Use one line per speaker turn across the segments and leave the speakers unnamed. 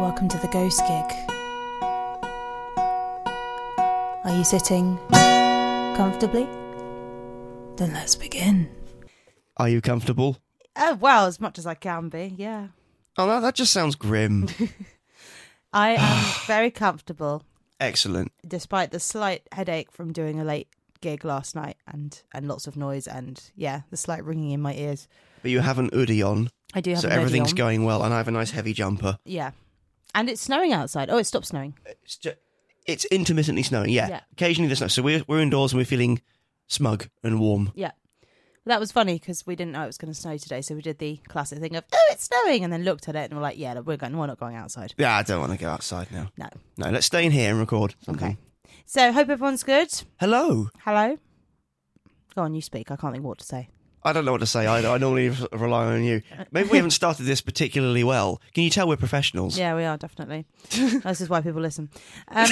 welcome to the ghost gig. Are you sitting comfortably? Then let's begin.
Are you comfortable?
Oh, well, as much as I can be, yeah.
Oh, no, that just sounds grim.
I am very comfortable
Excellent.
despite the slight headache from doing a late gig last night and, and lots of noise and, yeah, the slight ringing in my ears.
But you have an hoodie on,
I do have
so
a hoodie
everything's
on.
going well, and I have a nice heavy jumper.
Yeah. And it's snowing outside. Oh, it stopped snowing.
It's, ju- it's intermittently snowing, yeah.
Yeah.
Occasionally there's snow. So we're, we're indoors and we're feeling smug and warm.
Yeah. That was funny because we didn't know it was going to snow today, so we did the classic thing of "oh, it's snowing," and then looked at it and we're like, "Yeah, we're going. We're not going outside."
Yeah, I don't want to go outside now.
No.
No, let's stay in here and record something.
Okay. So hope everyone's good.
Hello.
Hello. Go on, you speak. I can't think what to say.
I don't know what to say either. I normally re- rely on you. Maybe we haven't started this particularly well. Can you tell we're professionals?
Yeah, we are definitely. this is why people listen. Um,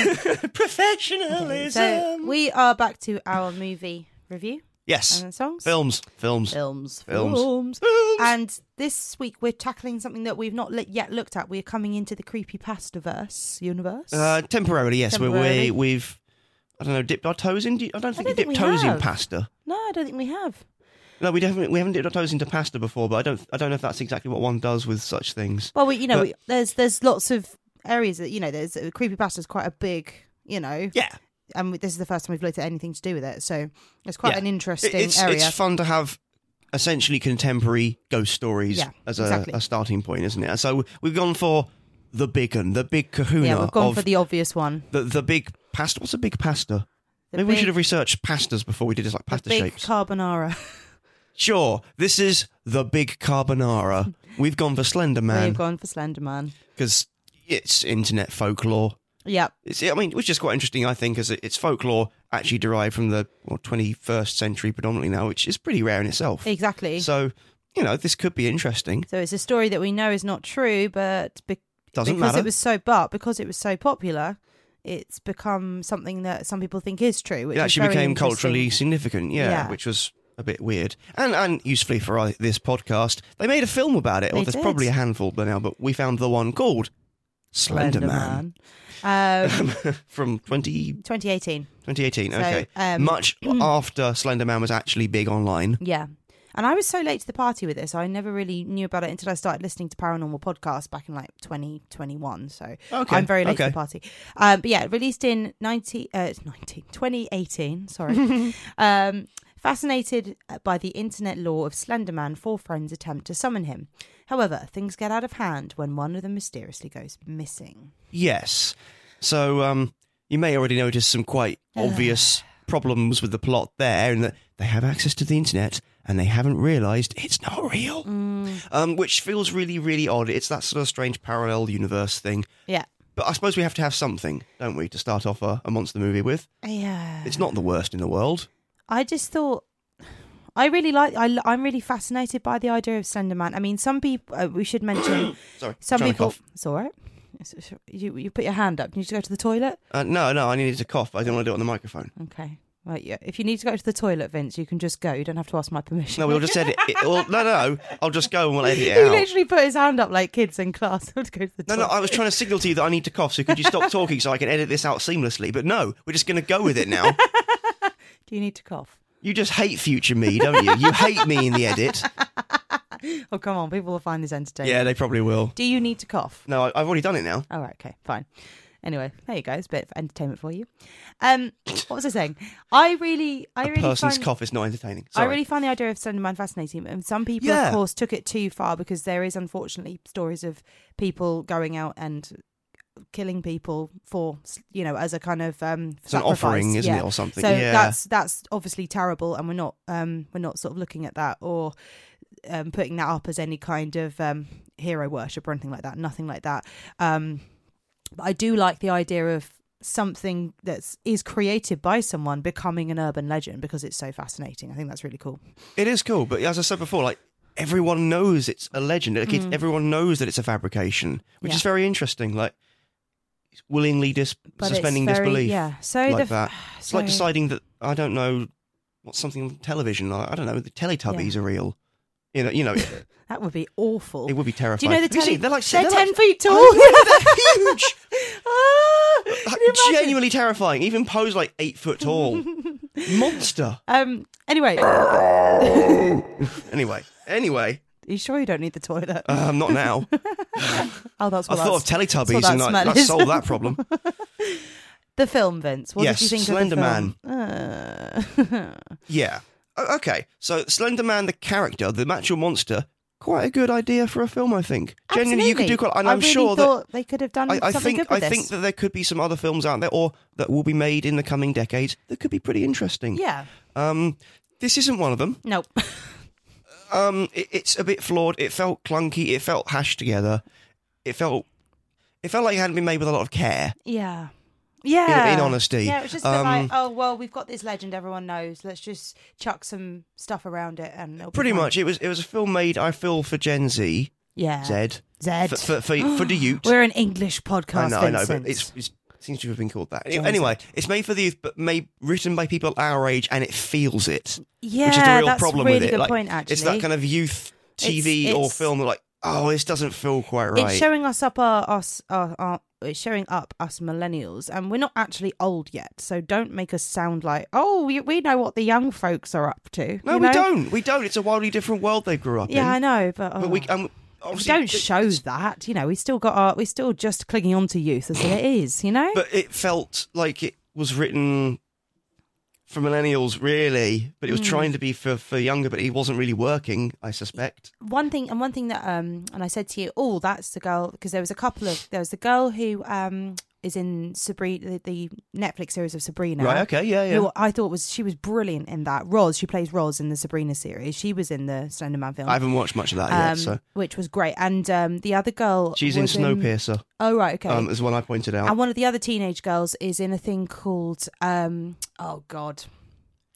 Professionalism.
so we are back to our movie review
yes.
and songs,
Films.
uh,
Films.
films,
Films.
films.
Films.
And this week we're tackling something that we've not li- yet looked at. We're coming into the creepy pasta verse universe.
Uh, temporarily, yes.
Temporarily.
We're, we, we've, I don't know, dipped our toes in. do you- I don't think
don't
we dipped
think we
toes
have.
in pasta.
no, I don't think we have.
No, we definitely we haven't dipped our toes into pasta before, but I don't I don't know if that's exactly what one does with such things.
Well, we, you know,
But-
we, there's there's lots of areas that you know there's uh, creepy pasta is quite a big you know,
Yeah,
and we, this is the first time we've looked at anything to do with it, so it's quite
Yeah.
an
It-
interesting
it's
area.
it's fun to have essentially contemporary ghost stories
Yeah,
as a,
exactly.
a starting point, isn't it? So we've gone for the big one, the big Kahuna
yeah, we've gone
of
for the obvious one.
the the big pasta. What's a big pasta?
The
Maybe we
big,
should have researched pastas before we did this, like
the
pasta
big
shapes.
carbonara.
sure, this is the big carbonara. We've gone for Slender Man.
We've gone for Slender Man.
because it's internet folklore.
Yep.
It's, I mean, which is quite interesting, I think, as it- it's folklore actually derived from the well, 21st century predominantly now, which is pretty rare in itself.
Exactly. So,
So, you know, this could be interesting.
it's a story that we know is not true, but be-
Doesn't
because
matter.
it was so but because it was so popular, it's become something that some people think is true. Which
it
is
actually
very
became
interesting.
culturally significant, yeah,
Yeah.
which was a bit weird. And and usefully for our, this podcast, they made a film about it. Well,
They
there's
did.
probably a handful by now, but we found the one called Slender Man
Man. Um,
from 20,
2018.
2018.
So,
okay.
um,
Much after Slender Man was actually big online.
Yeah. And I was so late to the party with this. I never really knew about it until I started listening to paranormal podcasts back in like 2021. So
Okay,
I'm very late to
okay.
the party. Um, but yeah, released in 90, uh, it's 19, 2018. Sorry. um, fascinated by the internet lore of Slenderman, four friends attempt to summon him. However, things get out of hand when one of them mysteriously goes missing.
Yes. So um, you may already notice some quite obvious problems with the plot there, in that they have access to the internet and they haven't realised it's not real,
Mm.
um, which feels really, really odd. It's that sort of strange parallel universe thing.
Yeah.
But I suppose we have to have something, don't we, to start off a, a monster movie with?
Yeah.
It's not the worst in the world.
I just thought I really like I, am really fascinated by the idea of Slenderman. I mean, some people uh, we should mention
Sorry,
some
trying to
people.
cough.
It's all right. It's- it's- You you put your hand up. You need to go to the toilet.
Uh, no, no, I needed to cough. I didn't want to do it on the microphone.
Okay. Right. Yeah. If you need to go to the toilet, Vince, you can just go. You don't have to ask my permission.
No, we'll just edit it. Well, no, no, I'll just go and we'll edit it
he
out.
literally put his hand up like kids in class to go to the
No,
toilet.
no, I was trying to signal to you that I need to cough, so could you stop talking so I can edit this out seamlessly? But no, we're just going to go with it now.
Do you need to cough?
You just hate future me, don't you? You hate me in the edit.
Oh, come on. People will find this entertaining.
Yeah, they probably will.
Do you need to cough?
No, I, I've already done it now.
All right, okay, fine. Anyway, there you go. It's a bit of entertainment for you. Um, what was I saying? I really, I
A
really
person's
find,
cough is not entertaining.
I
Sorry.
really find the idea of Slenderman fascinating, and some people, of
Yeah.
course, took it too far because there is unfortunately stories of people going out and killing people for you know as a kind of um
it's an
sacrifice.
offering, isn't
yeah.
it, or something?
So
yeah.
that's that's obviously terrible, and we're not um we're not sort of looking at that or um, putting that up as any kind of um hero worship or anything like that. Nothing like that. Um, but I do like the idea of something that's is created by someone becoming an urban legend because it's so fascinating. I think that's really cool.
It is cool, but as I said before, like everyone knows it's a legend. Like, it's- everyone knows that it's a fabrication, which
Mm. Yeah.
is very interesting. Like it's willingly dis-
But
suspending
it's very,
disbelief
Yeah. So
like
the f-
that. It's like
so-
deciding that I don't know what's something on television. Like, I don't know the Teletubbies are real. You know, you know, it,
That would be awful.
it would be
Do
terrifying.
you know the
Have you
telly?
seen- They're like
they're,
they're
ten
like-
feet tall.
I know, they're huge.
Ah, can
Like,
you imagine?
genuinely terrifying. Even Poe's like eight foot tall. Monster.
Um. Anyway,
Anyway, anyway,
you sure you don't need the toilet?
um, not now.
oh, that's
I
what
thought of
that's.
Teletubbies
that
and like,
smell
that
is.
solved that problem.
the film, Vince. What
Yes,
did you think
Slender
of the film? Man. Uh,
Yeah. O- Okay. So Slender Man, the character, the actual monster, quite a good idea for a film, I think. Genuinely, you could do quite. And
I
I'm
really
sure that
thought they could have done
I, I
Mm, something
think
good
I
with this.
think that there could be some other films out there, or that will be made in the coming decades that could be pretty interesting.
yeah.
Um, this isn't one of them.
No.
Um, it, it's a bit flawed. It felt clunky. It felt hashed together. It felt. It felt like it hadn't been made with a lot of care.
yeah. Yeah.
in honesty,
Yeah, it was just a bit
um,
like, oh well, we've got this legend everyone knows. Let's just chuck some stuff around it and it'll be
Pretty
fine."
much, it was. It was a film made. I feel for Gen Z,
Yeah.
Z,
Zed.
for for, for, for the youth.
We're an English podcast.
I know, I know,
Vincent.
but it's, it's seems to have been called that.
Gen
Anyway, it's made for the youth, but made written by people our age, and it feels it,
yeah,
which is the real
that's
problem
really
with it.
Good
Like,
point, actually.
It's that kind of youth TV
It's-
or
it's-
film. Like, oh, this doesn't feel quite right.
It's showing us up our us our, our it's showing up us millennials, and we're not actually old yet. So don't make us sound like oh we, we know what the young folks are up to.
no,
you
we
know?
don't. We don't. It's a wildly different world they grew up in.
Yeah, I know, but, oh,
But we, um,
we
obviously,
don't show that. You know, we still got our we still just clinging on to youth as it is. You know,
But it felt like it was written for millennials, really. But it
Hmm.
was trying to be for for younger, but it wasn't really working. I suspect.
one thing and one thing that um and I said to you, oh, that's the girl because there was a couple of there was the girl who um is in Sabrina the, the Netflix series of Sabrina,
Right? Okay. Yeah. Yeah.
who I thought was she was brilliant in that. Roz, she plays Roz in the Sabrina series. She was in the Slender Man film,
I haven't watched much of that
um,
yet, so
which was great. And um, the other girl,
she's in
was
Snowpiercer.
Oh right, okay.
um, is one I pointed out.
and one of the other teenage girls is in a thing called um, oh god,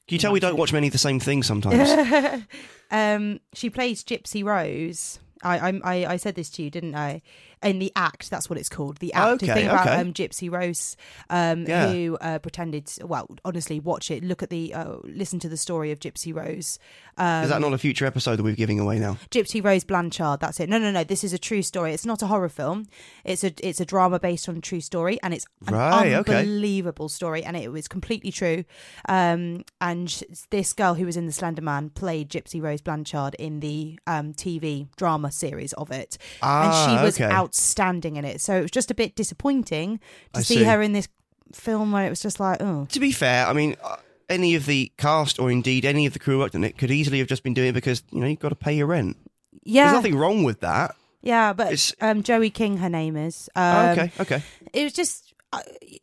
Can you tell we don't watch many of the same things sometimes?
um, she plays Gypsy Rose. I, I I I said this to you, didn't I? In the act, that's what it's called. The act.
Okay,
the thing about
okay.
um, Gypsy Rose, um,
Yeah.
who uh, pretended. Well, honestly, watch it. Look at the uh, listen to the story of Gypsy Rose. Um,
is that not a future episode that we're giving away now?
Gypsy Rose Blanchard. That's it. No, no, no. This is a true story. It's not a horror film. It's a it's a drama based on a true story, and it's an
Right, okay.
unbelievable story, and it was completely true. Um, and sh- this girl who was in the Slender Man played Gypsy Rose Blanchard in the um TV drama series of it, and
Ah,
she was
okay.
outstanding in it. So it was just a bit disappointing to
I
see,
see.
her in this film when it was just like, oh,
To be fair, I mean, uh, any of the cast or indeed any of the crew worked on it could easily have just been doing it because you know you've got to pay your rent.
yeah,
There's nothing wrong with that.
yeah. But
It's-
um, Joey King, her name is.
Oh,
Um,
okay, okay.
it was just I,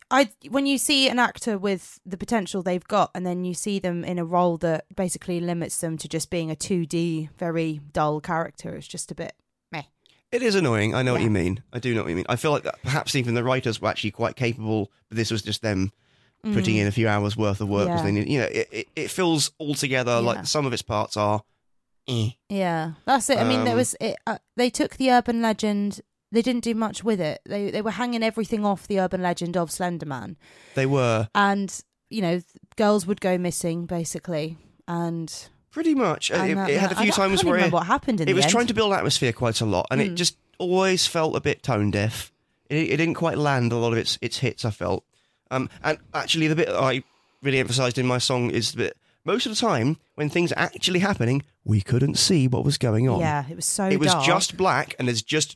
I when you see an actor with the potential they've got and then you see them in a role that basically limits them to just being a 2D very dull character it's just a bit meh
It is annoying. I know what
Yeah.
you mean. I do know what you mean. I feel like that perhaps even the writers were actually quite capable, but this was just them
mm.
putting in a few hours worth of work. 'cause
Yeah.
They need, you know, it, it, it feels altogether
Yeah.
like some of its parts are. Eh.
yeah that's it I mean there
Um,
was it, uh, they took the urban legend they didn't do much with it they they were hanging everything off the urban legend of Slenderman
They were
and you know th- girls would go missing basically and,
pretty much. uh,
and
It,
that-
it had a
I
few
don't- I
times
can't
where
remember what happened in
it
the
was
end. Hmm.
trying to build atmosphere quite a lot, and it just always felt a bit tone deaf. It, it didn't quite land a lot of its its hits. I felt, um, and actually the bit I really emphasised in my song is that most of the time when things are actually happening, we couldn't see what was going on.
yeah it was so
it was
dark.
just black, and there's just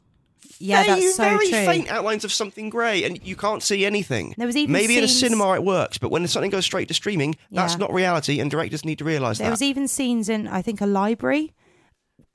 yeah
very,
that's so
very
true
faint outlines of something grey, and you can't see anything.
There was even
maybe in a
scenes-
cinema it works, but when something goes straight to streaming, that's
Yeah.
not reality, and directors need to realise
There
that.
was even scenes in, I think, a library,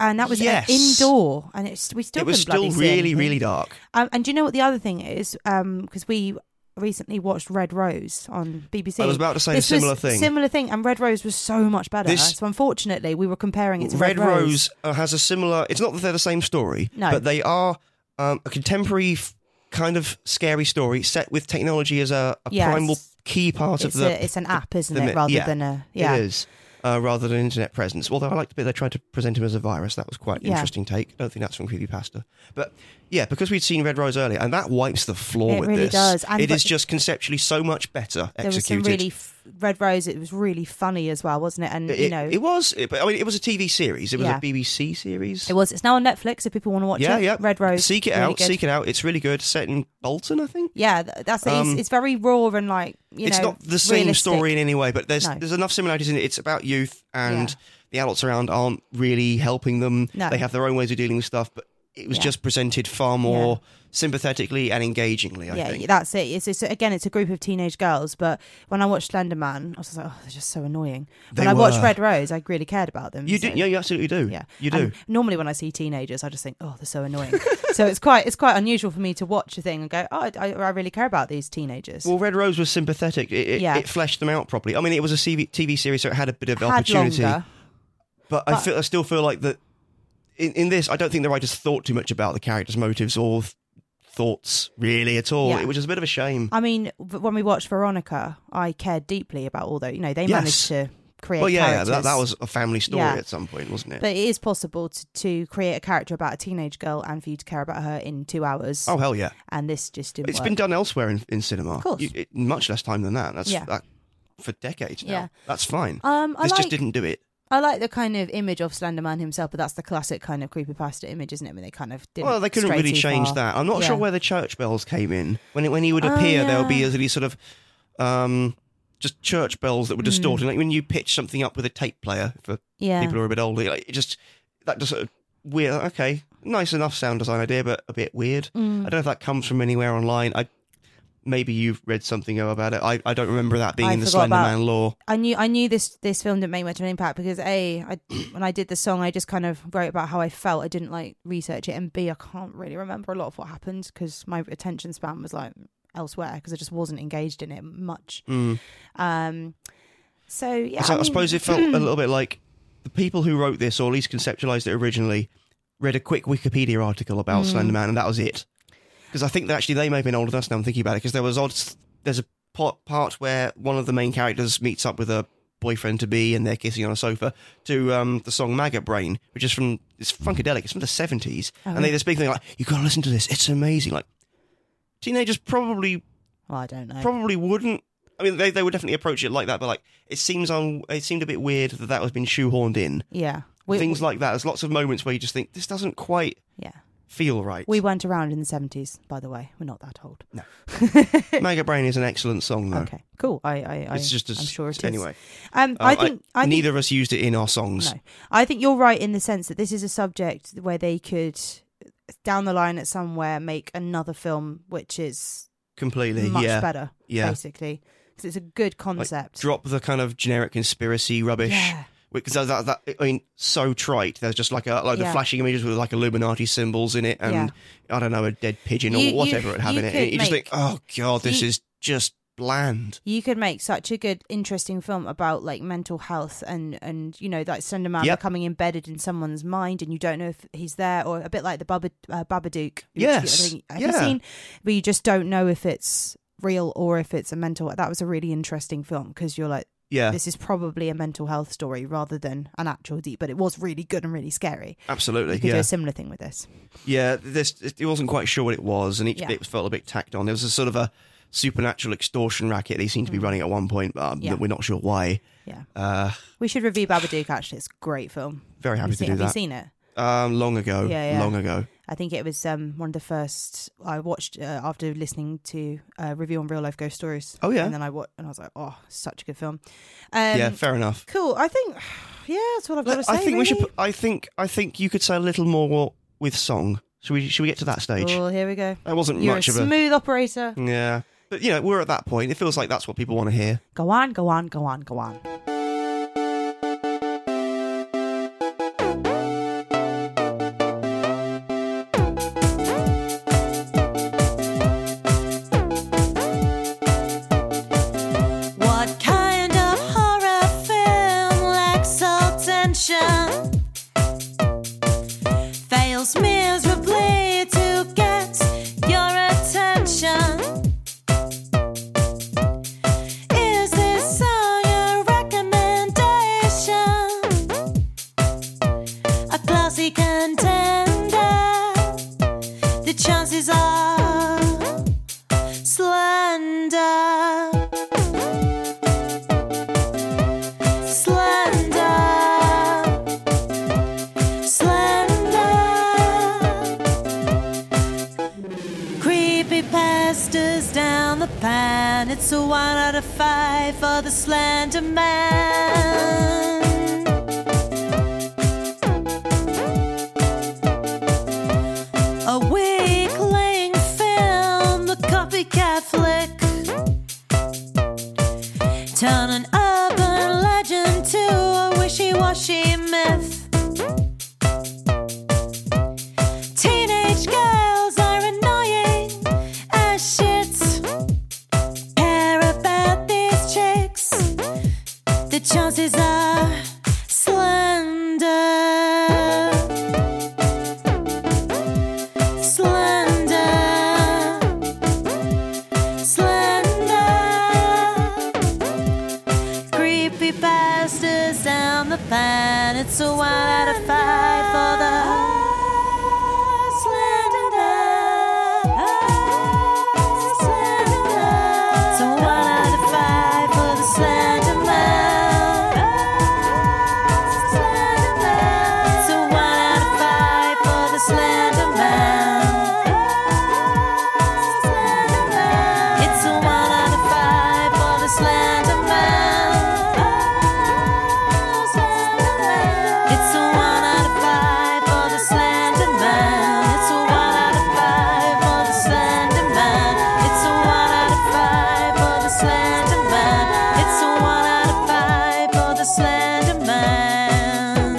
and that was uh,
Yes.
indoor, and it's we still
it was
couldn't bloody
still
see
really,
anything.
really dark.
Um, and do you know what the other thing is? Because we recently watched Red Rose on BBC.
I was about to say a
This was
similar thing.
Similar thing, and Red Rose was so much better.
This-
So unfortunately, we were comparing it to
Red Rose uh, has a similar. It's not that they're the same story,
No.
but they are um, a contemporary f- kind of scary story set with technology as a, a
Yes.
primal key part
It's,
of the.
a, it's an app, isn't
the
it?
mi-
Rather
yeah,
than a yeah.
It is. Uh, rather than internet presence, although I liked the bit they tried to present him as a virus, that was quite
Yeah.
interesting take. I don't think that's from Creepypasta, but yeah, because we'd seen Red Rose earlier, and that wipes the floor
It
with
really
this.
does, and
it
but-
is just conceptually so much better
There was
executed.
some really f- Red Rose, it was really funny as well, wasn't it? And
It,
you know,
it was. It, but I mean, it was a TV series. It was
Yeah.
a BBC series.
it was. It's now on Netflix if people want to watch
yeah,
it.
yeah.
Red Rose.
Seek it
really
out.
good.
Seek it out. It's really good. Set in Bolton, I think.
Yeah, th- that's it.
Um,
it's, it's very raw and like you
it's
know,
not the same
realistic.
story in any way, but there's
No.
there's enough similarities in it. It's about youth, and
Yeah.
the adults around aren't really helping them.
No.
They have their own ways of dealing with stuff, but it was
Yeah.
just presented far more sympathetically and engagingly. I
yeah,
think.
that's it. It's, it's again, it's a group of teenage girls. But when I watched Slender Man, I was just like, oh, they're just so annoying.
They
when I watched
were.
Red Rose, I really cared about them.
you
so-
do. Yeah, you absolutely do.
Yeah, Um,
you do.
And normally, when I see teenagers, I just think, oh, they're so annoying. so it's quite it's quite unusual for me to watch a thing and go, oh, I, I I really care about these teenagers.
well, Red Rose was sympathetic. It, it,
Yeah.
it fleshed them out properly. I mean, it was a CV, TV series, so it had a bit of
Had
opportunity.
longer.
But, I
But-
feel I still feel like that in, in this I don't think the writers thought too much about the characters' motives or th- thoughts really at all.
Yeah.
It was just a bit of a shame.
I mean, v- when we watched Veronica, I cared deeply about all those. You know, they
Yes.
managed to create.
well, yeah, yeah,
characters.
that, that was a family story
Yeah.
at some point, wasn't it?
But it is possible to, to create a character about a teenage girl and for you to care about her in two hours.
oh hell yeah!
And this just didn't
It's
work.
been done elsewhere in, in cinema.
Of course.
You- it- much less time than that. That's
Yeah.
that for decades now.
Yeah.
That's fine.
um, I
this
like
just didn't do it.
I like the kind of image of Slenderman himself, but that's the classic kind of creepypasta image, isn't it? When they kind of didn't
Well, they couldn't
stray
really
too
change
far.
that. I'm not sure
Yeah.
where the church bells came in. When it, when he would
Oh,
appear, there
yeah.
would be these sort of um, just church bells
Hmm.
that were distorted. Like when you pitch something up with a tape player for
Yeah,
people who are a bit older, like it just that just sort of weird. Okay, nice enough sound design idea, but a bit weird.
Mm.
I don't know if that comes from anywhere online. I maybe you've read something about it. I, I don't remember that being
I
in the
forgot
Slender
about-
Man lore.
I knew I knew this this film didn't make much of an impact because a I when I did the song I just kind of wrote about how I felt I didn't like research it and b I can't really remember a lot of what happened because my attention span was like elsewhere because I just wasn't engaged in it much.
Mm.
Um, so yeah,
so I,
mean,
suppose it felt a little bit like the people who wrote this, or at least conceptualized it originally, read a quick Wikipedia article about
Mm.
Slender Man, and that was it. Because I think that actually they may have been older than us now. I'm thinking about it because there was odd. There's a part, part where one of the main characters meets up with a boyfriend to be, and they're kissing on a sofa to um, the song "Maggot Brain," which is from it's funkadelic. It's from the 70s,
Oh.
and they just big thing like, "You got to listen to this. It's amazing." Like teenagers probably
well, I don't know.
probably wouldn't. I mean, they, they would definitely approach it like that, but like it seems un, it seemed a bit weird that that was been shoehorned in.
yeah, we,
Things like that. There's lots of moments where you just think this doesn't quite
yeah,
feel right.
we weren't around in the seventies. By the way, we're not that old.
Maggot Brain is an excellent song though.
Okay, cool. I I, I
It's just as,
I'm sure it is.
anyway.
Um,
Um,
I think I, think
neither of us used it in our songs.
No, I think you're right in the sense that this is a subject where they could, down the line at somewhere, make another film which is
Completely,
much
yeah.
better,
Yeah.
basically, because it's a good concept.
Drop the kind of generic conspiracy rubbish.
Yeah.
Because that, that, that, I mean, so trite. There's just like a like the
Yeah.
flashing images with like Illuminati symbols in it, and I don't know a dead pigeon
You-
or
you-
whatever it have
you
in it.
could
And you just
make-
think, oh god, this
you-
is just bland.
you could make such a good, interesting film about like mental health and and you know like Sunderman
Yep.
becoming embedded in someone's mind and you don't know if he's there or a bit like the Baba, uh, Babadook. which you- I
Yes.
think- have
Yeah.
you seen? But you just don't know if it's real or if it's a mental. That was a really interesting film because you're like.
Yeah,
this is probably a mental health story rather than an actual deep, but it was really good and really scary.
absolutely.
You could do
Yeah,
a similar thing with this.
yeah. This it it wasn't quite sure what it was, and each
Yeah.
bit felt a bit tacked on. There was a sort of a supernatural extortion racket they seemed to be running at one point, but um,
Mm. Yeah.
that we're not sure why.
Yeah.
Uh,
We should review Babadook, actually. It's a great film.
very
Have you
happy to
seen,
do
have you
that.
seen it?
Um, long ago,
Yeah, yeah.
long ago.
I think it was um, one of the first I watched uh, after listening to uh, review on real life ghost stories.
Oh, yeah.
and then I watched and I was like, oh, such a good film. Um,
yeah, fair enough.
cool. I think, yeah, that's what I've got to say.
I think we should.
really.
put- I think. I think you could say a little more with song. Should we? Should we get to that stage?
Oh, here we go.
that wasn't
You're
much
a
of a.
smooth operator.
Yeah, but you know we're at that point. It feels like that's what people want to hear.
Go on, go on, go on, go on.
What kind of horror film lacks all tension? Fails miserably to get your attention. Is this song a record Creepy pastors down the pan. It's a one out of five for the slender man. A weakling film, the copycat flick. Turn an urban legend to a wishy washy myth. Teenage girls are annoying as shit. Care about these chicks. The chances are slender. Slender. Slender. Creepy bastards down the pan. It's a one out of five for the slender. So one out of five for the slender man. So one out of five for the slender man. It's a one out of five for the slender man. It's a one out of five for the slender man. It's a one out of five for the slender man. It's a one out of five for the slender man. It's a one out of five for the slender man.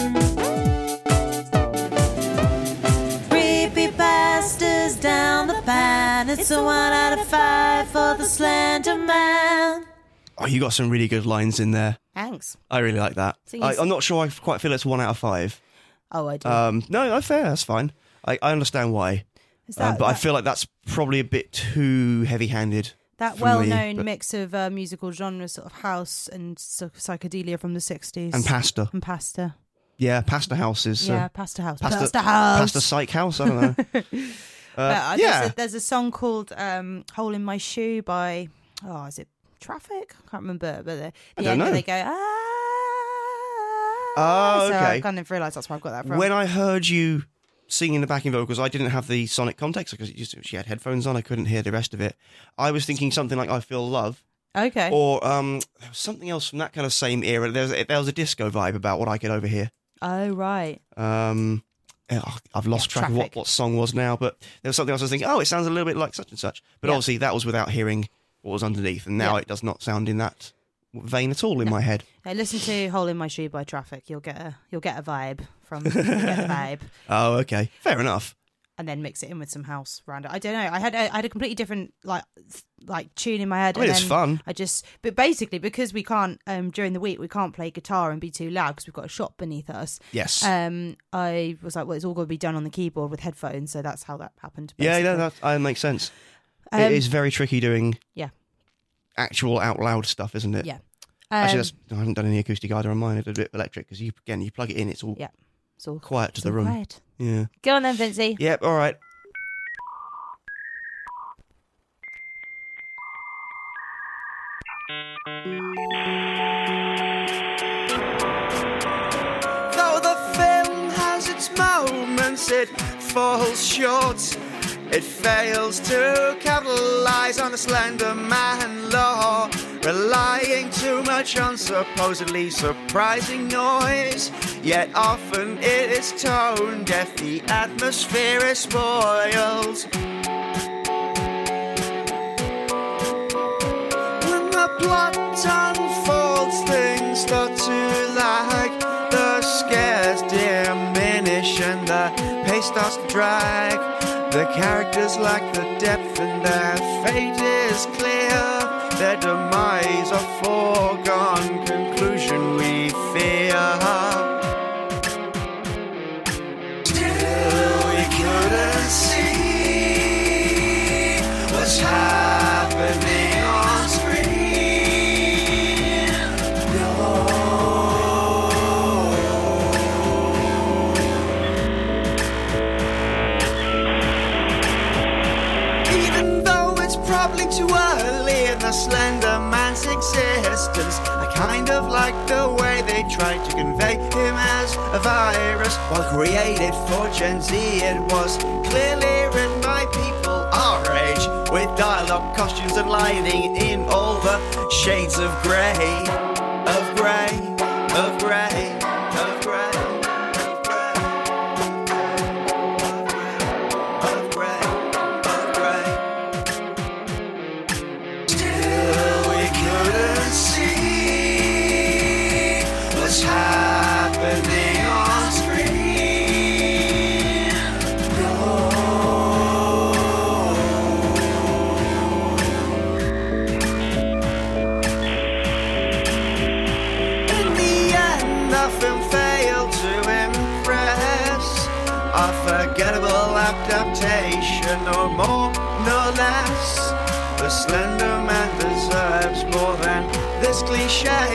Creepy bastards down the pan. It's a one out of five for the slender man.
Oh, you got some really good lines in there.
Thanks.
I really like that.
Thing
I,
is-
I'm not sure I quite feel it's one out of five.
Oh, I do.
Um, no, no, fair. That's fine. I, I understand why.
Is
Um,
that-
but I
that-
feel like that's probably a bit too heavy-handed.
that
for me,
well-known
but-
mix of uh, musical genres, sort of house and sort of psychedelia from the sixties,
and pasta.
and pasta.
Yeah, pasta houses. uh,
yeah, pasta house,
pasta-
pasta, house,
pasta psych house. I don't know. Uh,
But, uh,
yeah,
there's, a, there's a song called um, "Hole in My Shoe" by oh, is it Traffic? I can't remember. But the, the
don't
end
know.
they go ah.
Oh,
So
okay.
I kind of realised that's where I got that from.
when I heard you singing the backing vocals, I didn't have the sonic context because it just- she had headphones on. I couldn't hear the rest of it. I was thinking something like "I Feel Love"
okay.
or um, there was something else from that kind of same era. There was, there was a disco vibe about what I could overhear.
oh right.
Um, oh, I've lost
Yeah,
track of what,
Traffic.
what song was now, but there was something else I was thinking. Oh, it sounds a little bit like such and such, but
Yeah.
obviously that was without hearing what was underneath, and now
Yeah.
it does not sound in that vein at all in my head.
Hey, listen to "Hole in My Shoe" by Traffic. You'll get a you'll get a vibe from you'll get a vibe.
Oh, okay, fair enough.
and then mix it in with some house around it. I don't know. I had a, I had a completely different like th- like tune in my head.
I mean,
and
it's
then
fun.
I just but basically because we can't um during the week we can't play guitar and be too loud because we've got a shop beneath us.
Yes.
Um, I was like, well, it's all going to be done on the keyboard with headphones, so that's how that happened.
yeah, no,
basically.
that, that uh, makes sense.
Um,
it is very tricky doing
yeah.
actual out loud stuff, isn't it?
Yeah.
Actually,
Um,
that's, I haven't done any acoustic either on mine. I did a bit of electric because you again you plug it in, it's all
Yeah. it's all
quiet to
it's
the
all
room.
quiet.
Yeah.
Go on then, Vincey.
Yep. All right. Though the film has its moments, it falls short. It fails to capitalize on the slender man law, relying too much on supposedly surprising noise. Yet often it is tone deaf, the atmosphere is spoiled. When the plot unfolds, things start to lag. The scares diminish and the pace starts to drag. The characters lack the depth and their fate is clear. Their demise, a foregone conclusion, we fear. Still, we couldn't see what's happening on screen. Even though it's probably too early in the Slender Man's existence, I kind of like the way they tried to convey him as a virus. While created for Gen Z, it was clearly written by people our age, with dialogue, costumes, and lighting in all the shades of grey, of grey, of grey, of grey. of grey, of grey, of grey. Still, we couldn't see what's happening on screen. In the end, nothing failed to impress. A forgettable adaptation, no more, no less. The Slender Man deserves more than this cliche,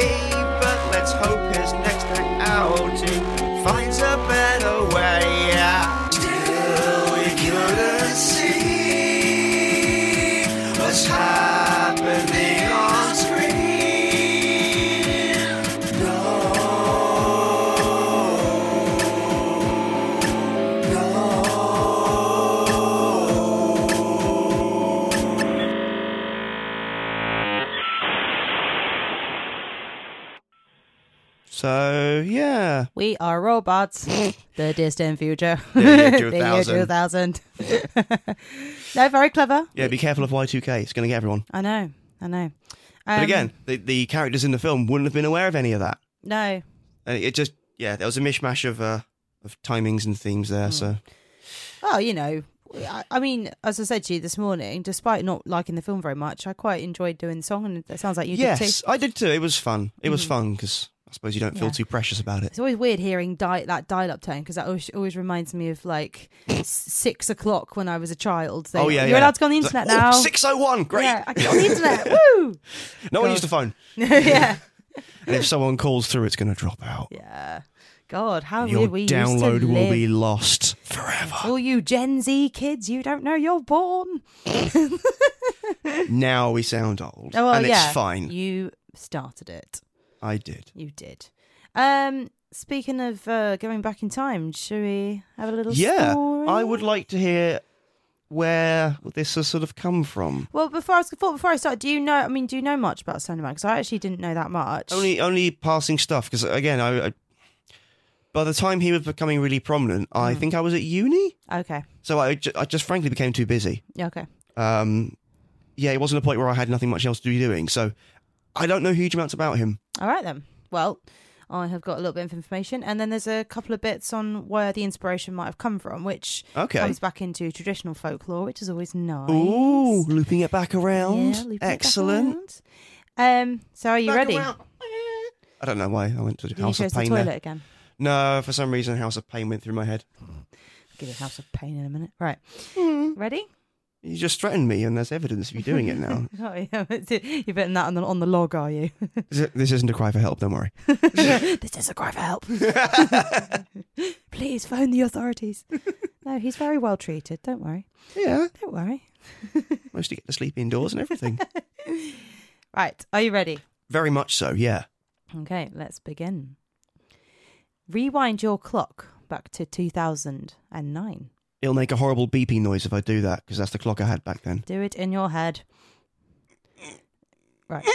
but let's hope his next act outing finds a better way. Still, we couldn't see what's happening on screen. So yeah,
We are robots. the distant future.
year
The year
2000.
2000. no, very clever.
yeah. Be careful of Y two K. It's going to get everyone.
I know. I know. Um,
But again, the, the characters in the film wouldn't have been aware of any of that.
no.
Uh, It just yeah, there was a mishmash of uh, of timings and themes
Hmm.
there. So
Well, you know, I, I mean, as I said to you this morning, despite not liking the film very much, I quite enjoyed doing the song, and it sounds like you did too. Hmm.
yes, I did too. It was fun. It was fun because I suppose you don't feel
Yeah.
too precious about it.
It's always weird hearing di- that dial-up tone because that always, always reminds me of like s- six o'clock when I was a child. So
oh yeah,
you're allowed to go on the internet now.
Six oh one, great.
Yeah, I can go on the internet. Woo!
no
God.
one used the phone,
yeah,
and if someone calls through, it's going to drop out.
yeah. God, how
Your
weird we
download
used to
will
live.
be lost forever.
All you Gen Z kids, you don't know you're born.
now we sound old,
Oh, well,
and
yeah.
it's fine.
You started it.
I did.
You did. Um, speaking of uh, going back in time, should we have a little
Yeah,
story?
I would like to hear where this has sort of come from.
Well, before I was before, before I started, do you know? I mean, do you know much about Slenderman? Because I actually didn't know that much.
only only passing stuff because again I, I by the time he was becoming really prominent i
Hmm.
think i was at uni
okay,
so I, ju- I just frankly became too busy
yeah, okay.
um yeah it wasn't a point where i had nothing much else to be doing so i don't know huge amounts about him
All right then. Well, I have got a little bit of information, and then there's a couple of bits on where the inspiration might have come from, which
Okay.
comes back into traditional folklore, which is always nice.
ooh looping it back around
Yeah, loop it back
excellent
around. Um, so are you
Back
ready?
around. i don't know why i went to
You chose
house
the
of pain
toilet
there.
again.
no for some reason house of pain went through my head
Give you House of Pain in a minute. Right.
Hmm.
Ready?
you just threatened me and there's evidence of you doing it now
Oh, yeah. that's it. You're putting that on the, on the log, are you?
this isn't a cry for help don't worry
this is a cry for help. Please phone the authorities. No, he's very well treated. Don't worry.
yeah
Don't worry.
mostly get to sleep indoors and everything
Right. Are you ready?
Very much so, yeah.
Okay, let's begin. Rewind your clock back to 2009.
It'll make a horrible beeping noise if I do that because that's the clock I had back then.
Do it in your head. Right.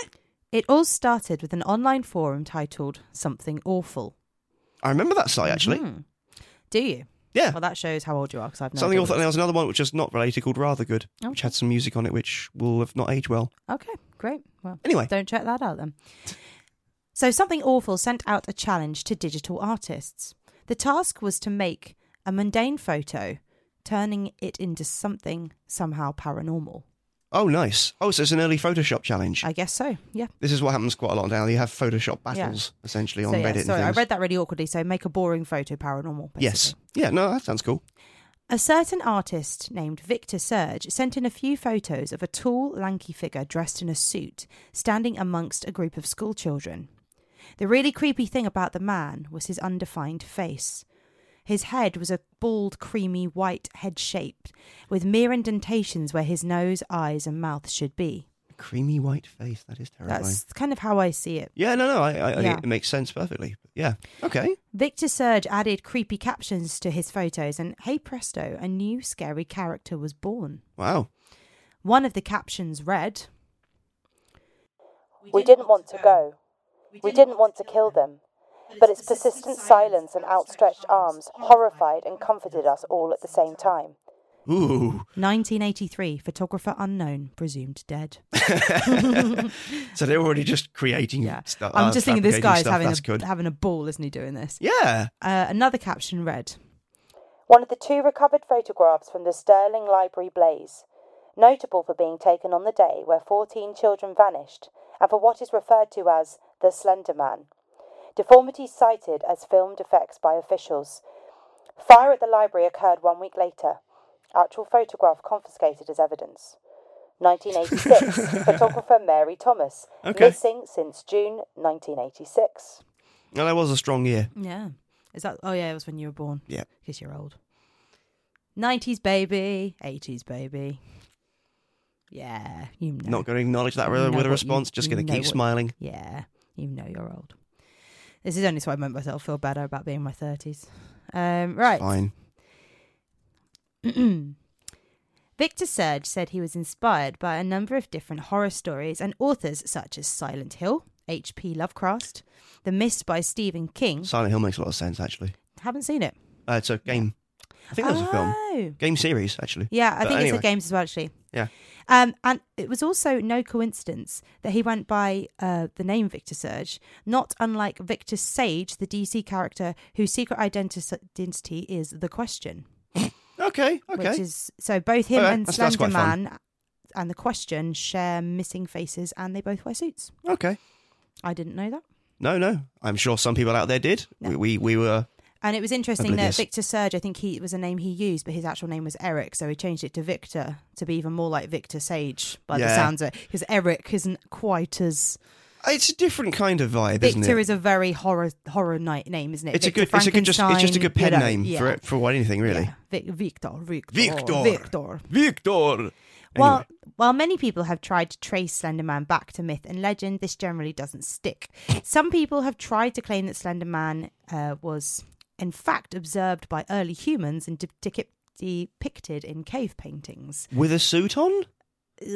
It all started with an online forum titled Something Awful.
I remember that site actually.
Do you?
Yeah.
Mm-hmm. Well, that shows how old you are because I've no
Something
idea
else.
what-
There was another one which is not related called Rather Good,
Oh.
which had some music on it which will have not aged well.
Okay, great. Well,
Anyway,
Don't check that out then. So, Something Awful sent out a challenge to digital artists. The task was to make a mundane photo, turning it into something somehow paranormal.
oh nice. Oh, so it's an early Photoshop challenge.
I guess so, yeah.
This is what happens quite a lot now. You have Photoshop battles essentially on
so, yeah,
Reddit.
sorry, I
and things.
read that really awkwardly. So, make a boring photo paranormal. Basically.
Yes. Yeah. No, that sounds cool.
A certain artist named Victor Serge sent in a few photos of a tall, lanky figure dressed in a suit standing amongst a group of school children. The really creepy thing about the man was his undefined face. His head was a bald, creamy white head shape with mere indentations where his nose, eyes, and mouth should be.
creamy white face. That is terrifying.
That's kind of how I see it.
Yeah, no, no, I, I, I
Yeah.
it makes sense perfectly. Yeah, okay.
Victor Surge added creepy captions to his photos, and hey presto, a new scary character was born.
Wow.
One of the captions read We didn't want to go. We didn't want to kill them.
but its persistent silence and outstretched arms horrified and comforted us all at the same time.
Ooh.
1983, photographer unknown, presumed dead.
So they're already just creating
Yeah.
stuff.
I'm
uh,
just thinking this
fabricating
guy's
stuff.
having
That's
a,
good.
having a ball, isn't he, doing this?
Yeah.
Uh, another caption read
One of the two recovered photographs from the Sterling Library blaze, notable for being taken on the day where 14 children vanished and for what is referred to as the Slender Man. Deformities cited as film defects by officials. Fire at the library occurred one week later. Actual photograph confiscated as evidence. 1986. photographer Mary Thomas.
Okay.
Missing since June 1986.
Well, that was a strong year.
Yeah. Is that? Oh yeah, it was when you were born.
Yeah.
because you're old. Nineties baby, eighties baby. Yeah, you know.
Not going to acknowledge that
You
with,
know
with
what
a
you-
response. just
you
going to
know
keep
what-
smiling.
yeah, you know you're old. This is only so I make myself feel better about being in my thirties. Um, right.
Fine.
Victor Surge said he was inspired by a number of different horror stories and authors such as Silent Hill, H.P. Lovecraft, The Mist by Stephen King.
Silent Hill makes a lot of sense, actually.
Haven't seen it.
Uh, it's a game. I think that was a film.
Oh.
Game series, actually.
Yeah, I
But
think it's
anyway.
the games as well, actually.
Yeah.
Um, and it was also no coincidence that he went by uh, the name Victor Surge, not unlike Victor Sage, the DC character whose secret identi- identity is the question.
Okay, okay.
Which is so both him
Okay,
and
that's- that's
Slender
quite fun.
Man and the question share missing faces, and they both wear suits.
Okay.
I didn't know that.
No, no. I'm sure some people out there did. We, we, we were.
And it was interesting that
Oblivious.
Victor Surge, I think he it was a name he used, but his actual name was Eric, so he changed it to Victor to be even more like Victor Sage by the
Yeah.
sounds of it. Because Eric isn't quite as
It's a different kind of vibe, isn't
Victor
it?
is a very horror horror night name, isn't it?
it's a
Victor
good. It's a good. Just. It's just a good pen
Frankenstein, you
name
know,
for
yeah,
it, for what anything really.
yeah. Vic- Victor, Victor,
Victor.
Victor.
Victor.
While,
Anyway.
while many people have tried to trace Slender Man back to myth and legend, this generally doesn't stick. Some people have tried to claim that Slender Man uh, was, in fact, observed by early humans and de- depic- depicted in cave paintings.
with a suit on.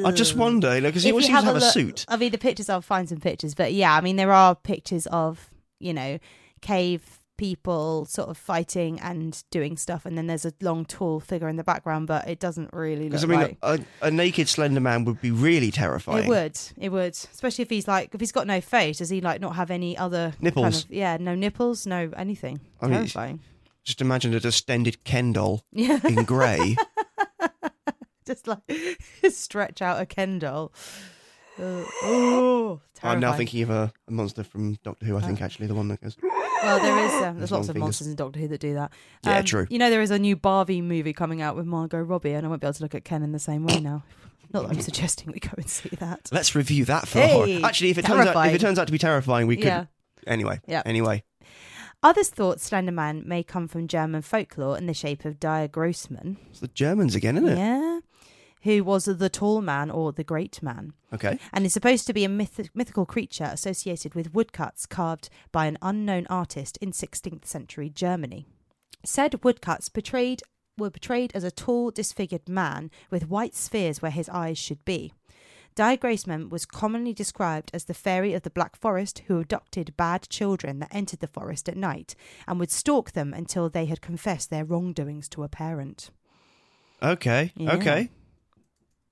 I just wonder, you know, because he
Mm. If
always
you
seems to have a
look-
suit.
I mean, the pictures, I'll find some pictures. But yeah, I mean, there are pictures of, you know, cave people sort of fighting and doing stuff. And then there's a long, tall figure in the background, but it doesn't really look
Because I mean,
like...
a, a naked slender man would be really terrifying.
It would. It would. Especially if he's like, if he's got no face, does he like not have any other kind
Nipples.
of- yeah, no nipples, no anything.
I mean, it's-
Terrifying.
Just imagine a distended Ken doll
Yeah,
in grey.
just like stretch out a Ken doll. Uh, oh,
I'm
terrifying. Uh.
now thinking of a, a monster from Doctor Who. I think actually the one that goes.
Well, there is. Um,
There's
there's lots
long
of
fingers.
monsters in Doctor Who that do that. Um,
Yeah, true.
You know, there is a new Barbie movie coming out with Margot Robbie, and I won't be able to look at Ken in the same way now. Not that I'm suggesting we go and see that.
Let's review that for
Hey,
horror. Actually, if it turns out if
terrifying.
it turns out to be terrifying, we could.
Yeah.
Anyway.
Yeah.
Anyway.
Others thought Slender Man may come from German folklore in the shape of Dyer Grossman,
It's the Germans again, isn't it?
Yeah. Who was the tall man or the great man
Okay.
and is supposed to be a myth- mythical creature associated with woodcuts carved by an unknown artist in 16th century Germany. Said woodcuts portrayed were portrayed as a tall, disfigured man with white spheres where his eyes should be. Di Graceman was commonly described as the fairy of the Black Forest who abducted bad children that entered the forest at night and would stalk them until they had confessed their wrongdoings to a parent.
Okay.
Yeah.
Okay.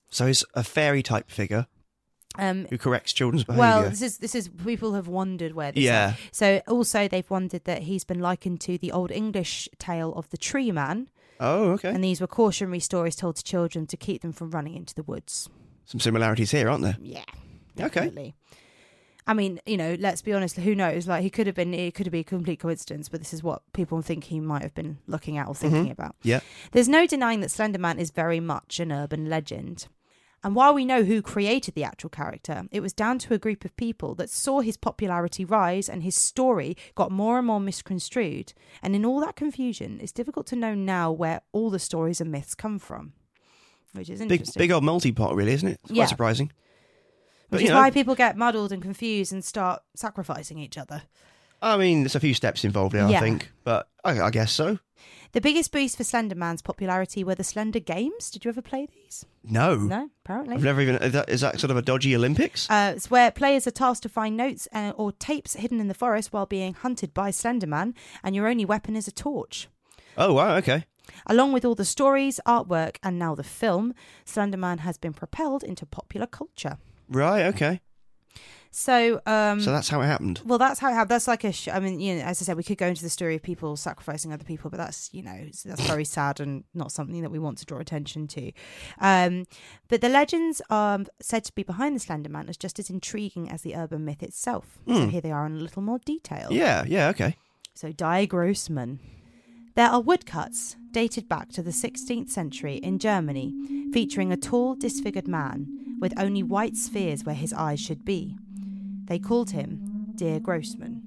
So he's a fairy type figure
Um,
who corrects children's behaviour.
Well, this is this is people have wondered where this.
Oh, Yeah.
is. So also they've wondered that he's been likened to the old English tale of the tree man,
oh, okay.
and these were cautionary stories told to children to keep them from running into the woods.
Some similarities here, aren't there?
Yeah.
Okay.
Definitely. I mean, you know, let's be honest. Who knows? Like, he could have been. It could have been a complete coincidence, but this is what people think he might have been looking at or thinking
Mm-hmm.
about.
Yeah.
There's no denying that Slender Man is very much an urban legend. And while we know who created the actual character, it was down to a group of people that saw his popularity rise and his story got more and more misconstrued. And in all that confusion, it's difficult to know now where all the stories and myths come from, which is
Big
interesting.
big old multi pot, really, isn't it? It's quite
Yeah.
surprising. But,
which
you
is
know-
why people get muddled and confused and start sacrificing each other.
I mean, there's a few steps involved here, I
Yeah.
think, but I, I guess so.
The biggest boost for Slender Man's popularity were the Slender Games. Did you ever play these?
No.
No, apparently.
I've never even. Is that, is that sort of a dodgy Olympics?
Uh, it's where players are tasked to find notes uh, or tapes hidden in the forest while being hunted by Slenderman, and your only weapon is a torch.
oh, wow, okay.
Along with all the stories, artwork, and now the film, Slenderman has been propelled into popular culture.
Right, okay.
So, um,
So that's how it happened.
well, that's how I have. That's like a. Sh- I mean, you know, as I said, we could go into the story of people sacrificing other people, but that's you know it's- that's very sad and not something that we want to draw attention to. Um, but the legends are said to be behind the Slender Man is just as intriguing as the urban myth itself. So here they are in a little more detail.
Yeah, yeah, okay.
So Die Grossman. There are woodcuts dated back to the 16th century in Germany, featuring a tall, disfigured man with only white spheres where his eyes should be. They called him Dear Grossman,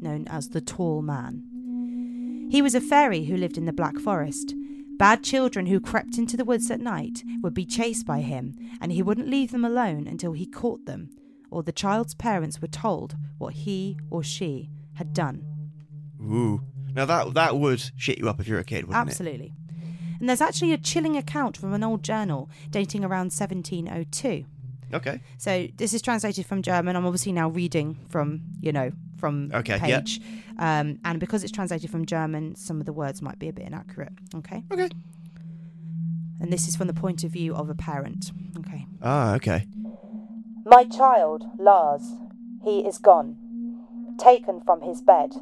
known as the Tall Man. He was a fairy who lived in the Black Forest. Bad children who crept into the woods at night would be chased by him, and he wouldn't leave them alone until he caught them, or the child's parents were told what he or she had done.
Ooh. Now that that would shit you up if you're a kid, wouldn't
Absolutely. And there's actually a chilling account from an old journal dating around 1702.
it? Okay.
So this is translated from German. I'm obviously now reading from, you know, from
Okay,
the
yeah.
page. Um, and because it's translated from German, some of the words might be a bit inaccurate. Okay.
Okay.
And this is from the point of view of a parent. Okay.
Ah, okay.
My child, Lars, he is gone, taken from his bed.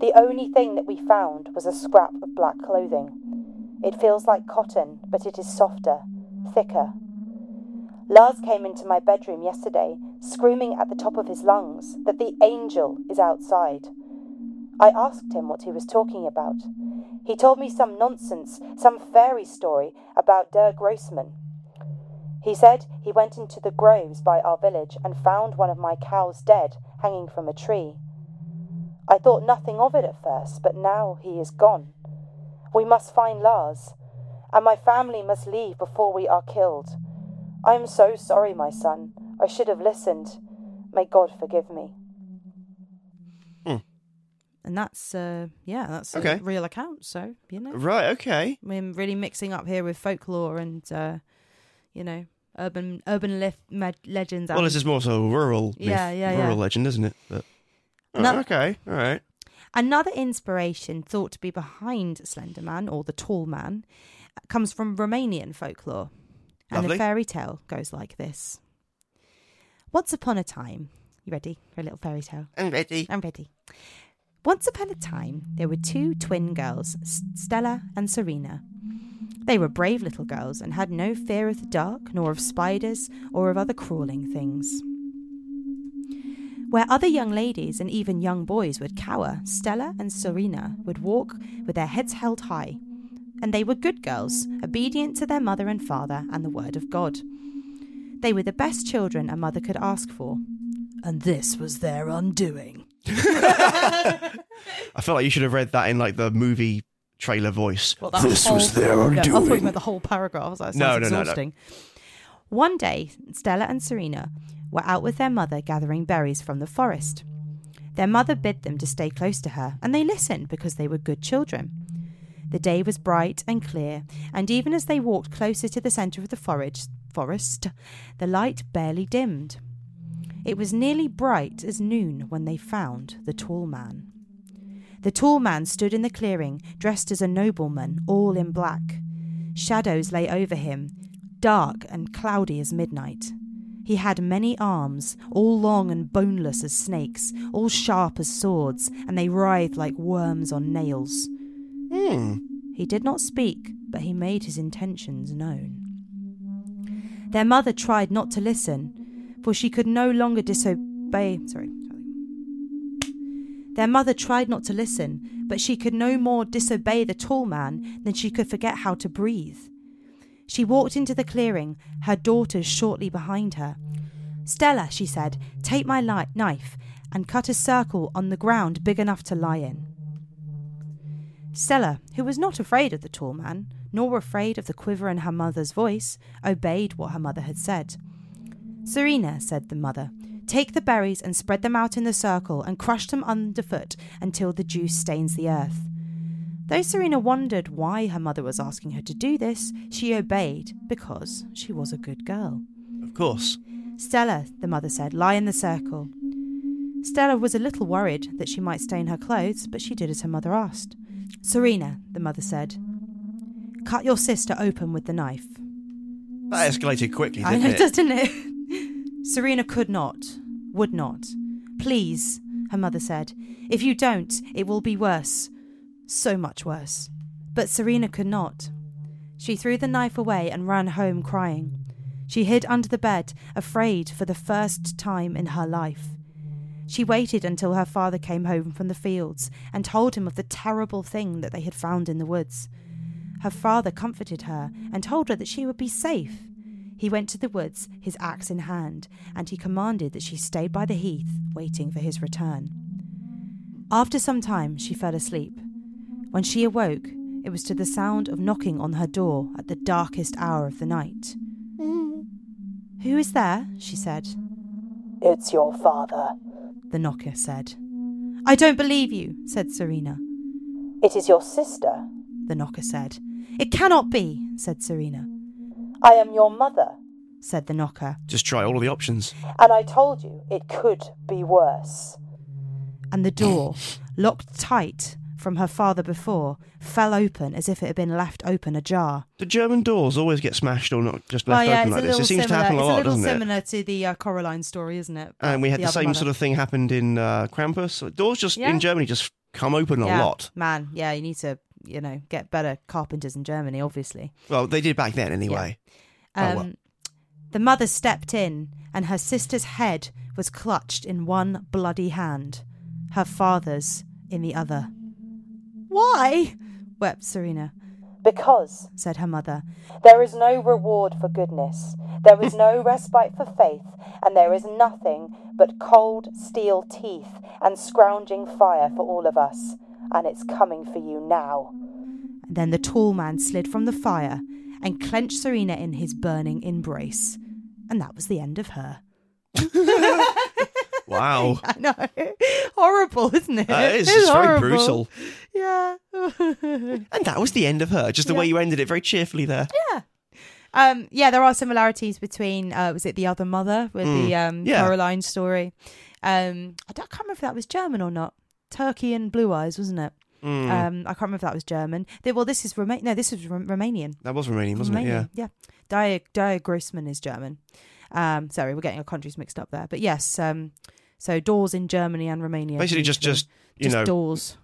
The only thing that we found was a scrap of black clothing. It feels like cotton, but it is softer, thicker. Lars came into my bedroom yesterday, screaming at the top of his lungs that the angel is outside. I asked him what he was talking about. He told me some nonsense, some fairy story about Der Grossman. He said he went into the groves by our village and found one of my cows dead, hanging from a tree. I thought nothing of it at first, but now he is gone. We must find Lars, and my family must leave before we are killed. I am so sorry, my son. I should have listened. May God forgive me.
And that's, uh, yeah, that's
Hmm. Okay.
a real account. So, you know,
Right, okay.
we're really mixing up here with folklore and, uh, you know, urban urban lef- med- legends.
Well,
and-
this is more so a rural myth,
Yeah, yeah,
rural
yeah.
legend, isn't it? But, Oh,
No-
okay, all right.
Another inspiration thought to be behind Slender Man or the Tall Man comes from Romanian folklore. And the
Lovely.
fairy tale goes like this Once upon a time, you ready for a little fairy tale?
I'm ready.
I'm ready. Once upon a time, there were two twin girls, S- Stella and Serena. They were brave little girls and had no fear of the dark, nor of spiders, or of other crawling things. Where other young ladies and even young boys would cower, Stella and Serena would walk with their heads held high. And they were good girls, obedient to their mother and father and the word of God. They were the best children a mother could ask for. And this was their undoing.
I feel like you should have read that in like the movie trailer voice.
Well, that whole- Yeah, I thought you meant the whole paragraph. I was like, that
No,
sounds
no, no, no.
exhausting. One day, Stella and Serena were out with their mother gathering berries from the forest. Their mother bid them to stay close to her, and they listened because they were good children. The day was bright and clear, and even as they walked closer to the centre of the forage, forest, the light barely dimmed. It was nearly bright as noon when they found the tall man. The tall man stood in the clearing, dressed as a nobleman, all in black. Shadows lay over him, dark and cloudy as midnight. He had many arms, all long and boneless as snakes, all sharp as swords, and they writhed like worms on nails.
Hmm,
He did not speak, but he made his intentions known. Their mother tried not to listen, for she could no longer disobey. Sorry. sorry. Their mother tried not to listen, but she could no more disobey the tall man than she could forget how to breathe. She walked into the clearing, her daughters shortly behind her. Stella, she said, take my li- knife and cut a circle on the ground big enough to lie in. Stella, who was not afraid of the tall man, nor afraid of the quiver in her mother's voice, obeyed what her mother had said. Serena, said the mother, take the berries and spread them out in the circle and crush them underfoot until the juice stains the earth. Though Serena wondered why her mother was asking her to do this, she obeyed because she was a good girl.
Of course.
Stella, the mother said, lie in the circle. Stella was a little worried that she might stain her clothes, but she did as her mother asked. Serena, the mother said, cut your sister open with the knife.
That escalated quickly,
I
didn't
know,
it?
doesn't it? Serena could not, would not. Please, her mother said. If you don't, it will be worse. So much worse. But Serena could not. She threw the knife away and ran home crying. She hid under the bed, afraid for the first time in her life. She waited until her father came home from the fields and told him of the terrible thing that they had found in the woods. Her father comforted her and told her that she would be safe. He went to the woods, his axe in hand, and he commanded that she stay by the heath, waiting for his return. After some time, she fell asleep. When she awoke, it was to the sound of knocking on her door at the darkest hour of the night. Who is there? she said.
It's your father.
The knocker said. I don't believe you, said Serena.
It is your sister.
The knocker said. It cannot be, said Serena,
I am your mother.
said the knocker.
Just try all of the options.
And I told you it could be worse.
and the door, locked tight from her father before, fell open as if it had been left open ajar.
The German doors always get smashed or not just left open like this. It seems to happen
Oh,
a
it's
lot,
a little
doesn't it?
similar to the uh, Coraline story, isn't it?
And we had the,
other
same
mother.
sort of thing happened in uh, Krampus. Doors just
Yeah.
in Germany just come open a
Yeah.
lot.
Man, yeah, you need to, you know, get better carpenters in Germany, obviously.
Well, they did back then anyway. Oh,
Um,
well.
The mother stepped in, and her sister's head was clutched in one bloody hand, her father's in the other. Why? wept Serena,
Because
said her mother.
there is no reward for goodness, there is no respite for faith, and there is nothing but cold steel teeth and scrounging fire for all of us. And it's coming for you now.
And then the tall man slid from the fire and clenched Serena in his burning embrace. And that was the end of her.
Wow.
I know. Horrible, isn't it?
That is
It's
Uh, it's very
horrible.
brutal.
Yeah.
And that was the end of her. Just the way you ended it very cheerfully there.
um, yeah, there are similarities between, uh, was it The Other Mother with the um,
Hmm. Yeah.
Caroline story? Um, I, don't, I can't remember if that was German or not. Turkey and Blue Eyes, wasn't it?
Hmm.
Um, I can't remember if that was German. They- well, this is Roma- no, this is Rom- Romanian.
That was Romanian, wasn't it? Yeah.
Romanian, yeah. Dia, Dia Grossman is German. Um, sorry, we're getting our countries mixed up there. But yes, um, so doors in Germany and Romania.
Basically, just
usually.
just you
Just
know,
doors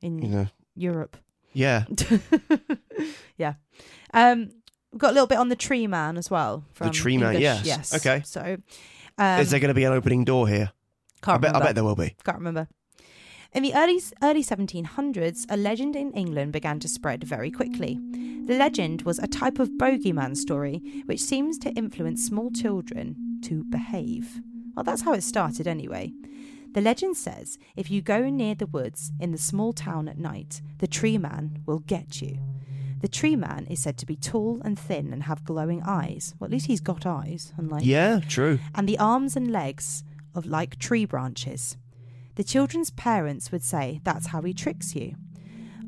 in
you know,
Europe.
yeah.
yeah. Um, we've got a little bit on the tree man as well. From
Tree Man,
English.
yes.
Yes.
Okay.
So, um,
Is there going to be an opening door here?
can't
I bet. I
remember.
bet there will be.
Can't remember. In the early early 1700s, a legend in England began to spread very quickly. The legend was a type of bogeyman story which seems to influence small children to behave. Well, that's how it started anyway. The legend says if you go near the woods in the small town at night, the tree man will get you. The tree man is said to be tall and thin and have glowing eyes. Well, at least he's got eyes, unlike
Yeah, true.
and the arms and legs of like tree branches. The children's parents would say that's how he tricks you.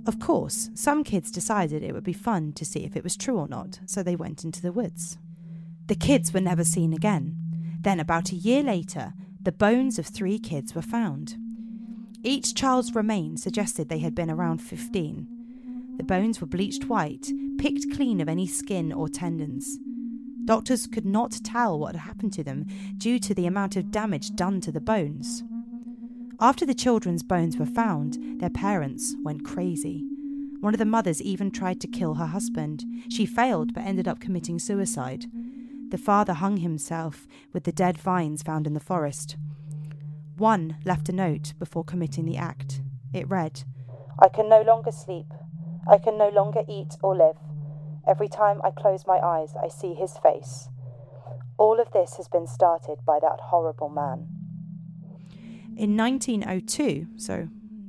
Of course, some kids decided it would be fun to see if it was true or not, so they went into the woods. The kids were never seen again. Then, about a year later, the bones of three kids were found. Each child's remains suggested they had been around 15. The bones were bleached white, picked clean of any skin or tendons. Doctors could not tell what had happened to them due to the amount of damage done to the bones. After the children's bones were found, their parents went crazy. One of the mothers even tried to kill her husband. She failed but ended up committing suicide. The father hung himself with the dead vines found in the forest. One left a note before committing the act. It read,
I can no longer sleep. I can no longer eat or live. Every time I close my eyes, I see his face. All of this has been started by that horrible man.
In 1902, so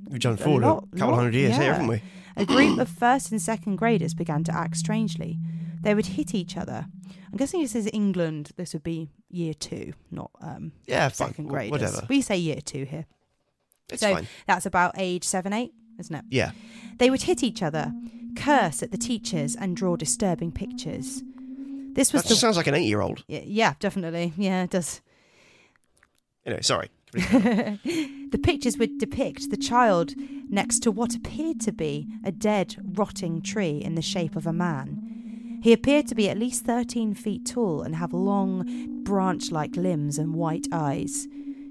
We've done forward a
lot-
couple
lot,
hundred years here,
yeah.
haven't we?
A group of first and second graders began to act strangely. they would hit each other. I'm guessing this is England. This would be year two, not um,
Yeah, fine.
second
wh-
grade.
Whatever.
We say year two here.
It's
so
fine.
that's about age seven, eight, isn't it?
Yeah.
They would hit each other, curse at the teachers, and draw disturbing pictures. This was
That
the
just sounds like an eight year old.
Y- yeah, definitely. Yeah, it does.
Anyway, sorry.
The pictures would depict the child next to what appeared to be a dead, rotting tree in the shape of a man. He appeared to be at least 13 feet tall and have long, branch like limbs and white eyes.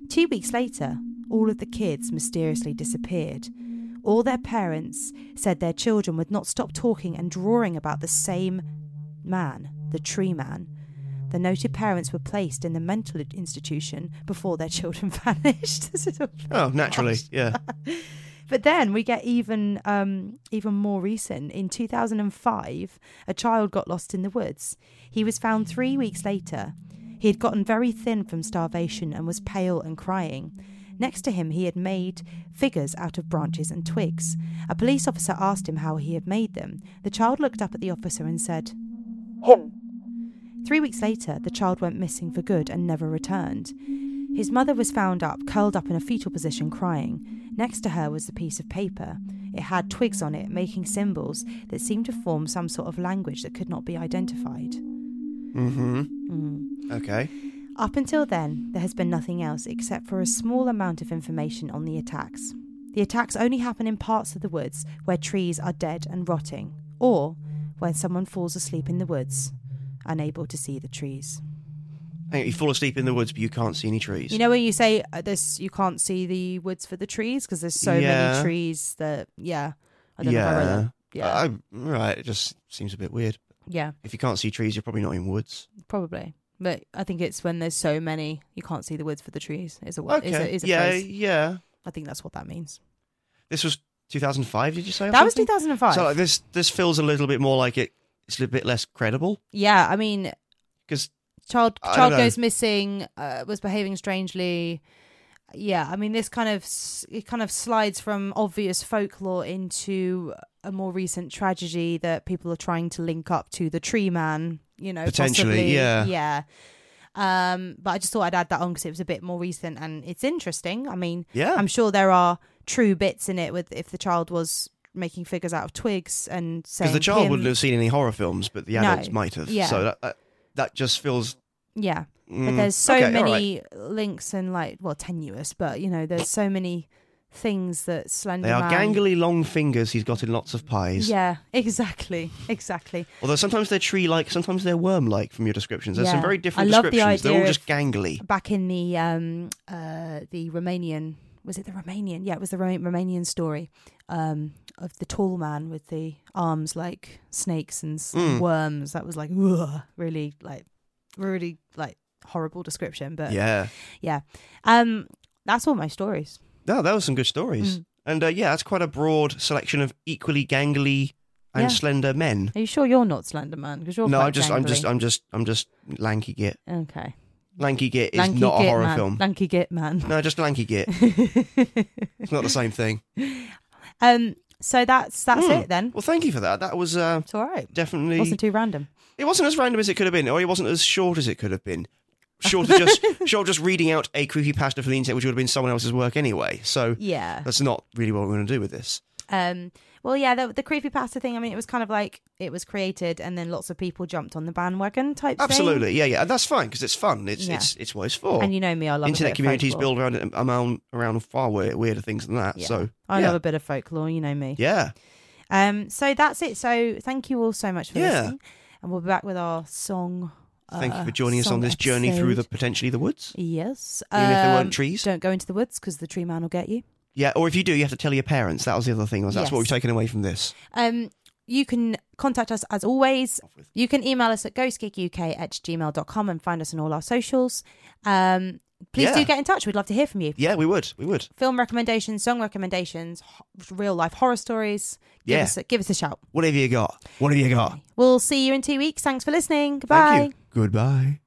Two weeks later, all of the kids mysteriously disappeared. All their parents said their children would not stop talking and drawing about the same man, the tree man. The noted parents were placed in the mental institution before their children vanished. This is awful.
Oh, naturally. Yeah.
But then we get even um, even more recent. In 2005, a child got lost in the woods. He was found three weeks later. He had gotten very thin from starvation and was pale and crying. Next to him, he had made figures out of branches and twigs. A police officer asked him how he had made them. The child looked up at the officer and said,
Him.
Three weeks later, the child went missing for good and never returned. His mother was found up, curled up in a fetal position, crying. Next to her was a piece of paper. It had twigs on it, making symbols that seemed to form some sort of language that could not be identified.
Mm-hmm.
Mm.
Okay.
Up until then, there has been nothing else except for a small amount of information on the attacks. The attacks only happen in parts of the woods where trees are dead and rotting, or when someone falls asleep in the woods, unable to see the trees.
Hang on, you fall asleep in the woods, but you can't see any trees.
You know when you say uh, this, you can't see the woods for the trees because there's so
Yeah.
many trees that yeah. I don't know if I read
yeah.
that. Yeah,
I, right. It just seems a bit weird.
yeah,
If you can't see trees, you're probably not in woods.
probably. But I think it's when there's so many you can't see the woods for the trees. Is a wo-
Okay.
is a, is a
yeah.
phrase.
Yeah.
I think that's what that means.
This was 2005. Did you say? or
That was
something?
2005.
So like this, this feels a little bit more like it. It's a little bit less credible
yeah, I mean,
because
child
I don't
child
know.
goes missing, uh, was behaving strangely. Yeah, I mean, this kind of s- it kind of slides from obvious folklore into a more recent tragedy that people are trying to link up to the tree man. You know,
Potentially,
possibly.
yeah.
yeah. Um, but I just thought I'd add that on because it was a bit more recent and it's interesting. I mean,
Yeah.
I'm sure there are true bits in it with if the child was making figures out of twigs and saying
because the child
him-
wouldn't have seen any horror films, but the
No,
adults might have.
yeah.
So that, that that just feels.
yeah.
Mm,
but there's so
okay, all right.
many links and like well tenuous but you know there's so many things that slender
They are
man
gangly long fingers he's got in lots of pies.
yeah exactly exactly
Although sometimes they're tree like, sometimes they're worm like from your descriptions. There's
Yeah.
some very different
I love the
descriptions. they're all
idea
just gangly.
back in the um uh the romanian was it the romanian yeah it was the Ro- romanian story um of the tall man with the arms like snakes and s-
Mm.
worms that was like ugh, really like really like horrible description but
Yeah.
yeah um that's all my stories Mm.
No, that was some good stories. And uh, yeah, that's quite a broad selection of equally gangly and
Yeah.
slender men.
are you sure you're not slender man because you're
No,
quite
I'm just, I'm
gangly.
just, I'm just, I'm just lanky git.
Okay.
Lanky git is not a horror
man.
film.
Lanky Git Man.
No, just lanky git. it's not the same thing.
um. So that's that's
Hmm.
it then.
Well, thank you for that. That was uh,
It's all right.
definitely.
Wasn't too random.
It wasn't as random as it could have been, or it wasn't as short as it could have been. Short of just short of just reading out a creepy pasta for the internet, which would have been someone else's work anyway. So
Yeah.
that's not really what we're going to do with this.
Um. Well, yeah. The, the creepy pasta thing. I mean, it was kind of like it was created, and then lots of people jumped on the bandwagon type. thing.
Absolutely, yeah, yeah, and that's fine because it's fun. It's
Yeah.
it's it's what it's for.
And you know me, I love a bit
internet
of
communities
folklore.
build around um, around around far weir- weirder things than that.
Yeah.
So
I
yeah.
love a bit of folklore. You know me.
yeah,
Um. So that's it. So thank you all so much for
Yeah.
listening, and we'll be back with our song.
thank you
uh,
for joining us on
song
this journey through the
episode.
potentially the woods.
Yes.
Even if there
Um,
weren't trees.
Don't go into the woods because the tree man will get you.
Yeah, or if you do, you have to tell your parents. That was the other thing. Was that's what
Yes.
we've taken away from this.
Um, you can contact us as always. You can email us at ghostgeekuk at gmail.com and find us on all our socials. Um, please
Yeah.
do get in touch. We'd love to hear from you.
Yeah, we would, we would.
Film recommendations, song recommendations, ho- real life horror stories. Give,
Yeah.
us a, give us a shout.
What have you got? What have you got?
We'll see you in two weeks. Thanks for listening. Goodbye.
Thank you. Goodbye.